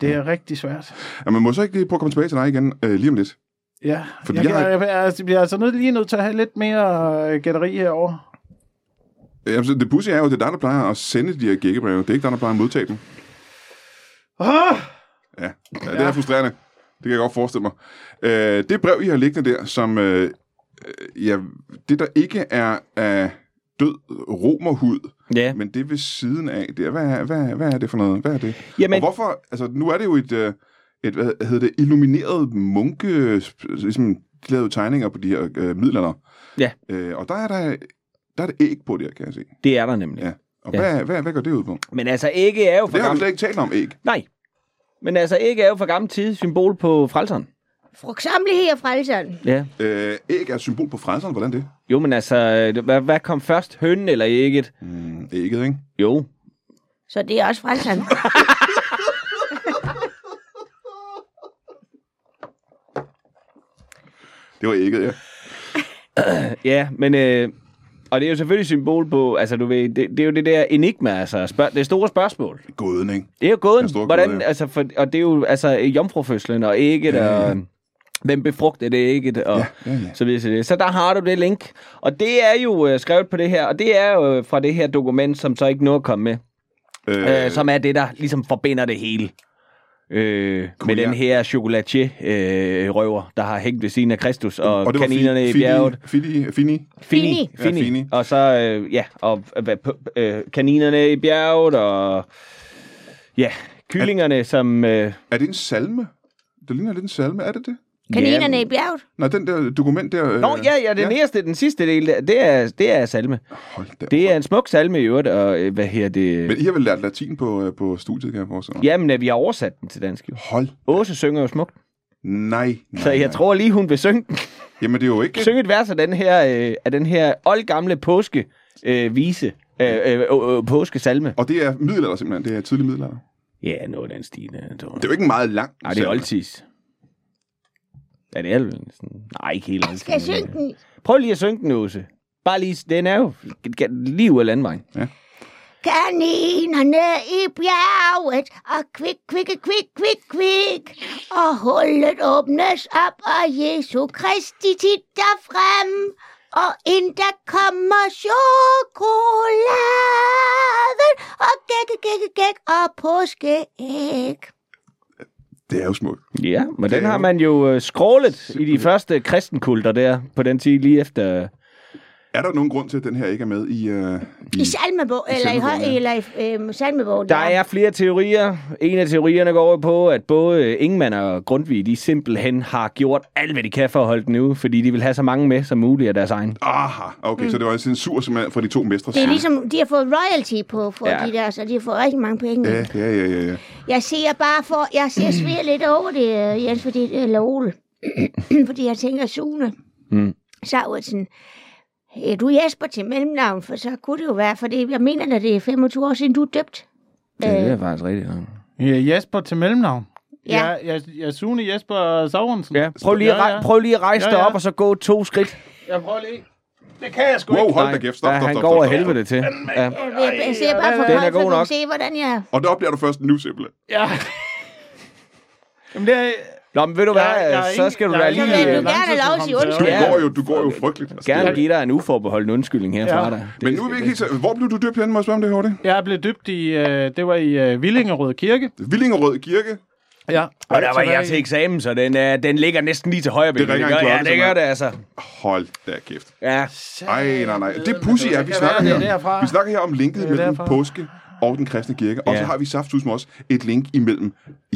Det er rigtig svært. Ja, man må så ikke lige prøve at komme tilbage til dig igen øh, lige om lidt. Ja, Fordi jeg, jeg jeg, har- jeg, jeg, jeg, jeg, jeg er altså nødt, lige nødt til at have lidt mere øh, gætteri herovre. Jamen, så altså, det pudsige er jo, at det er dig, der plejer at sende de her gækkebreve. Det er ikke dig, der plejer at modtage dem. Ah! Ja, ja det er frustrerende. Det kan jeg godt forestille mig. Øh, det brev, I har liggende der, som... Øh, øh, ja, det, der ikke er af død romerhud, Ja. men det ved siden af, det er, hvad, hvad, hvad er det for noget? Hvad er det? Jamen- Og hvorfor, altså nu er det jo et, øh, et hvad hedder det, illumineret munke, ligesom de lavede tegninger på de her øh, midlerne. Ja. Øh, og der er der, der er et æg på der, kan jeg se. Det er der nemlig. Ja. Og ja. Ja. Hvad, hvad, hvad går det ud på? Men altså, ikke er jo for Det har vi gammel... slet ikke talt om æg. Nej. Men altså, ikke er jo for gammel tid symbol på frelseren. Frugtsamlighed og frelseren. Ja. Øh, æg er et symbol på frelseren, hvordan det? Jo, men altså, øh, hvad, hvad kom først? Hønnen eller ægget? Mm, ægget, ikke? Jo. Så det er også frelseren. Det var ægget, ja. Ja, men øh, Og det er jo selvfølgelig symbol på, altså du ved, det, det er jo det der enigma, altså spørg- det store spørgsmål. Gåden, ikke? Det er jo Den gåden. store gåde, Hvordan, ja. altså, for, og det er jo altså jomfrufødslen og ægget, og hvem befrugter det ægget, og ja, ja, ja. så videre. så videre. Så der har du det link. Og det er jo øh, skrevet på det her, og det er jo øh, fra det her dokument, som så ikke nåede at komme med, øh, som er det, der ligesom forbinder det hele. Øh, med jeg- den her chocolatier-røver, der har hængt ved siden af Kristus og, og var kaninerne Fi- i bjerget. Fini, Fini, Fini. Fini. Fini. Fini. Ja, Fini. Og så, øh, ja, og øh, hvad, på- øh, kaninerne i bjerget, og ja, kyllingerne, som... Øh, Er det en salme? Det ligner lidt en salme, er det det? Kaninerne i bjerget. Nej, den der dokument der... øh, nå, ja, ja, den næste, den sidste del, der, det er, det er salme. Hold da. Det er en smuk salme i øvrigt, og øh, hvad her det... Men I har vel lært latin på, øh, på studiet, kan jeg forestille mig? Jamen, at vi har oversat den til dansk, jo. Hold Åse synger jo smukt, nej, nej, så jeg nej. tror lige, hun vil synge, Jamen, det er jo ikke... synge et vers af den her, øh, af den her oldgamle påske øh, vise. Øh, øh, øh, øh, påskesalme. Og det er middelalder simpelthen, det er tidlig middelalder. Ja, noget af den stigende. Det er jo ikke en meget lang Nej, det er salme. oldtids. Ja, det er vel sådan... Nej, ikke helt oldtids. Skal jeg synge den? Prøv lige at synge den, Åse. Bare lige... Den er jo lige ud af landvejen. Kaninerne i bjerget, og kvik, kvikke, kvik, kvik, kvik. Og hullet åbnes op, og Jesu Kristi titter frem. Og ind der kommer chokoladen, og gække, gække, gæk, og påskeæg. Det er jo smukt. Ja, men Det den er har jo- man jo øh, skrålet i de første kristenkulter der, på den tid lige efter... Er der nogen grund til, at den her ikke er med i... Øh, I salmebog, eller i, høj, salmebogen, ja. eller i øhm, salmebogen. Der ja. er flere teorier. En af teorierne går jo på, at både øh, Ingemann og Grundtvig, de simpelthen har gjort alt, hvad de kan for at holde den ude, fordi de vil have så mange med som muligt af deres egen. Aha, okay, så det var en censur simpelthen fra de to mestre. Det er ligesom, de har fået royalty på for Ja. ja. de der, så de har fået rigtig mange penge. Ja, ja, ja, ja. ja. Jeg ser bare for, jeg ser sviger lidt over det, øh, Jens, fordi, eller Ole, fordi jeg tænker Sune Mm. Sauersen. Er du Jesper til mellemnavn? For så kunne det jo være, for det, jeg mener, at det er 25 år siden, du er døbt. Ja, det er faktisk rigtigt. Øh, Jesper til mellemnavn. Ja. Ja. Jeg, jeg, jeg er Sune Jesper Sørensen. Ja, prøv lige at, Ja, ja. rej- prøv lige at rejse Ja, dig ja. op, og så gå to skridt. Jeg prøver lige. Det kan jeg sgu Wow, hold da Nej. kæft, stop, ja, stop, han stop, går stop, af stop. helvede til. Ja. Jeg, jeg, jeg ser bare for den er højt, god så du nok. kan se, hvordan jeg... Og det oplever du først nu simpelthen. Ja. Jamen, det er... Nå, men ved du hvad, Jeg- jeg er så ingen- skal du jeg er da ingen- Så vil lige du øh, langtidshukommelse. gerne have lov at sige Du, undskyld. Ja. går jo, du går jo frygteligt. Altså, gerne det- give dig en uforbeholden undskyldning herfra. Ja. Ja. Der. Men nu er vi ikke helt så... Hvor blev du døbt henne, må jeg spørge om det, Horde? Jeg blev dybt i... Øh, det var i øh, Villingerød Kirke. Villingerød Kirke. Ja. Og der var jeg til ikke. eksamen, så den, øh, den ligger næsten lige til højre. benet. ringer en gør- Ja, klokke, det gør simpelthen. det altså. Hold da kæft. Ja. Ej, nej, nej. Det er pussy, ja. Vi snakker, være, det er her, derfra. vi snakker her om linket Det er mellem derfra. påske og den kristne kirke. Og så Ja. har vi saftsus med også et link imellem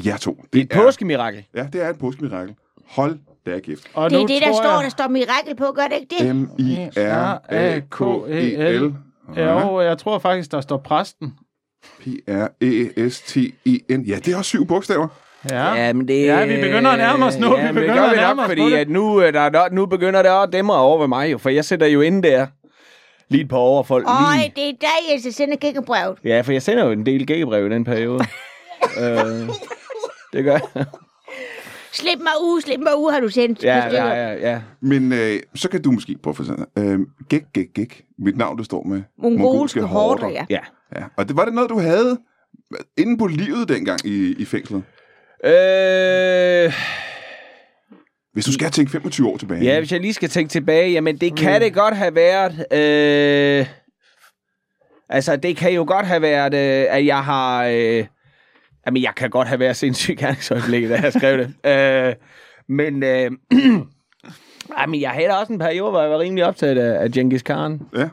jer to. Det er et påskemirakel. Ja, det er et påskemirakel. Hold da kæft. Og Det nu er det, der tror står, jeg- der står mirakel på, gør det ikke det? E M-I-R-A-K-E-L. Ja, og jeg tror faktisk, der står præsten. E P-R-E-S-T-E-N. Ja, det er også syv bogstaver. Ja. ja. men det, Ja, vi begynder at nærme os nu. Vi men det begynder gør at vi nærme nok, os fordi på det. at nu, øh, der, der, nu begynder det at dæmre over ved mig, jo, for jeg sætter jo inde der lige et par år for Øj, lige. det er dig, jeg skal sende kækkebrevet. Ja, for jeg sender jo en del gækkebrev i den periode. øh, det gør jeg. Slip mig ud, slip mig ud, har du sendt. Ja, ja, ja, ja. Men øh, så kan du måske prøve at fortælle. Øh, gæk, gæk, gæk. Mit navn, det står med Mongolske hårder, ja. ja. ja. Og det, var det noget, du havde inden på livet dengang i, i fængslet? Øh, Hvis du skal tænke 25 år tilbage. ja, hvis jeg lige skal tænke tilbage, jamen det kan det godt have været. Øh, altså, det kan jo godt have været, øh, at jeg har... Øh, jamen, jeg kan godt have været sindssyg gerningsøjeblikket, da jeg skrev det. øh, men... Øh, jamen, jeg havde da også en periode, hvor jeg var rimelig optaget af, af Genghis Khan. ja.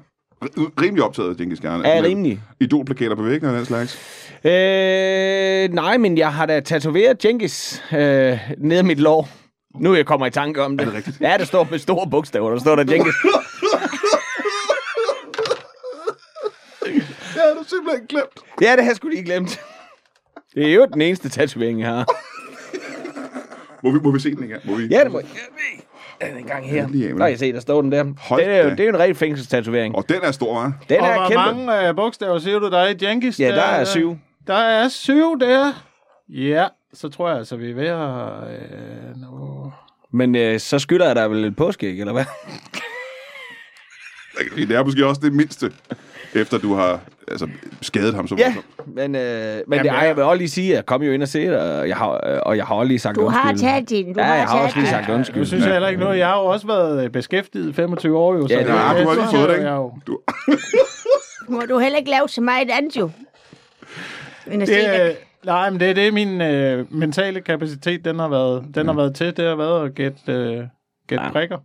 R- rimelig optaget af Genghis Khan. Ja, Med rimelig. Idolplakater på væggen og den slags. Øh, nej, men jeg har da tatoveret Genghis øh, ned i mit lår. Nu jeg kommer i tanke om det. Er det rigtigt? Ja, der står med store bogstaver, der står der Genghis. Ja, det er simpelthen glemt. ja, det har jeg sgu lige glemt. Det er jo den eneste tatovering, jeg har. Må vi, må vi se den igen? Må vi? Ja, det må jeg. Den er en gang her. Heldig af mig. Nå, jeg se, der står den der. Hold det, er da. jo, det er jo en ren fængselstatovering. Og den er stor, hva'? Den Og er hvor kæmpe. mange øh, bogstaver siger du, der er i Jenkins? Ja, der er syv. Der er syv der. Ja, så tror jeg altså, vi er ved at... Øh, nå. Men øh, så skylder jeg dig vel et påskæg, eller hvad? Fordi det er måske også det mindste, efter du har altså, skadet ham så Ja, voldsomt. men, øh, men Jamen, Jamen, jeg, jeg- jeg vil også lige sige, at jeg kom jo ind og se det, og jeg har, øh, og jeg har også lige sagt Du undskyld. har taget din, du ja, har jeg har taget også lige din. sagt undskyld. Nu synes jeg heller ikke noget. Jeg har jo også været øh, beskæftiget i 25 år, jo. så Ja, det- nej, Ja, det du har lige synes jeg fået det, jo, ikke? jeg jo- Du, Må du heller ikke lave så meget andet, jo. End at se Det, det. øh, nej, men det er det, min øh, mentale kapacitet, den har været, den har været til. Det har været at gætte øh, gæt Ja. prikker.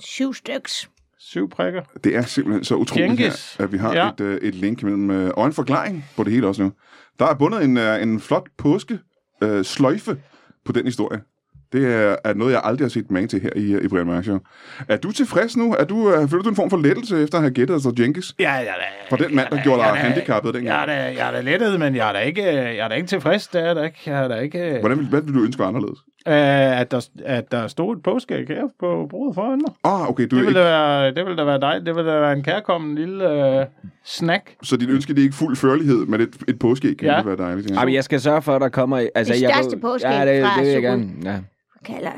Syv styks. Syv prikker. det er simpelthen så utroligt, Jenkins. her, at vi har ja. Ja. et, øh, et link mellem, øh, og en forklaring på det hele også nu. Der er bundet en, øh, en flot påske øh, sløjfe på den historie. Det er, er noget, jeg aldrig har set mage til her i, øh, i Brian Mørk Show. Er du tilfreds nu? Er du, øh, føler du en form for lettelse efter at have gættet altså Jenkins? Ja, jeg er da- For den mand, der gjorde jeg er dig da- handicappet dengang. Jeg er, da, jeg er da lettet, men jeg er da ikke, jeg er da ikke tilfreds. Det er jeg da ikke. Jeg er da ikke øh, Hvordan, vil- hvad vil du ønske var anderledes? at, der, at der stod et påskeæg her på bordet foran mig. Ah, okay, du er Det ville, ikke, da være, det ville da være dejligt. Det ville da være en kærkommen lille øh, snack. så dit ønske det er ikke fuld førlighed, men et, et påskeæg kan Ja. det være dejligt. Ja. Jamen, jeg skal sørge for, at der kommer... Altså, Det jeg største påskeæg ja, det, fra det vil jeg gerne. Sukkerøen. Ja. kalder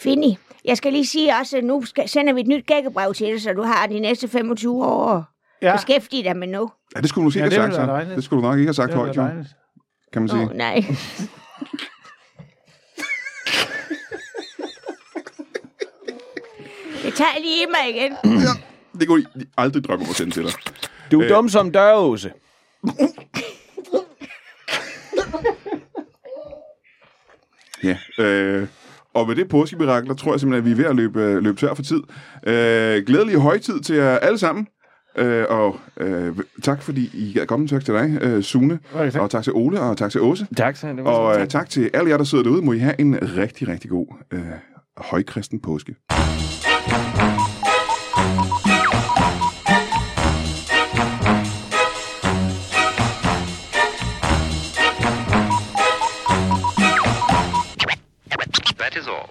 Finni. Jeg skal lige sige også, at nu skal, sender vi et nyt gækkebrev til dig, så du har de næste 25 år at Ja, beskæftige dig med nu. Ja, det skulle du måske Ja, ikke det have ville være sagt, så. dejligt. Det skulle du nok ikke have sagt det ville højt, da jo, dejligt. kan man Åh, sige. oh, nej. Det tager jeg lige i mig igen. Det kunne I aldrig drømme om at sende til dig. Du er Øh. dum som dørøse. Ja. Øh, og med det påskemirakel, der tror jeg simpelthen, at vi er ved at løbe, øh, løbe tør for tid. Øh, glædelig højtid til jer alle sammen. Øh, og øh, tak fordi I er kommet. Tak til dig, øh, Sune. Okay, tak. Og tak til Ole, og tak til Åse. Tak, så det Og øh, tak til alle jer, der sidder derude. Må I have en rigtig, rigtig god øh, højkristen påske. That is all.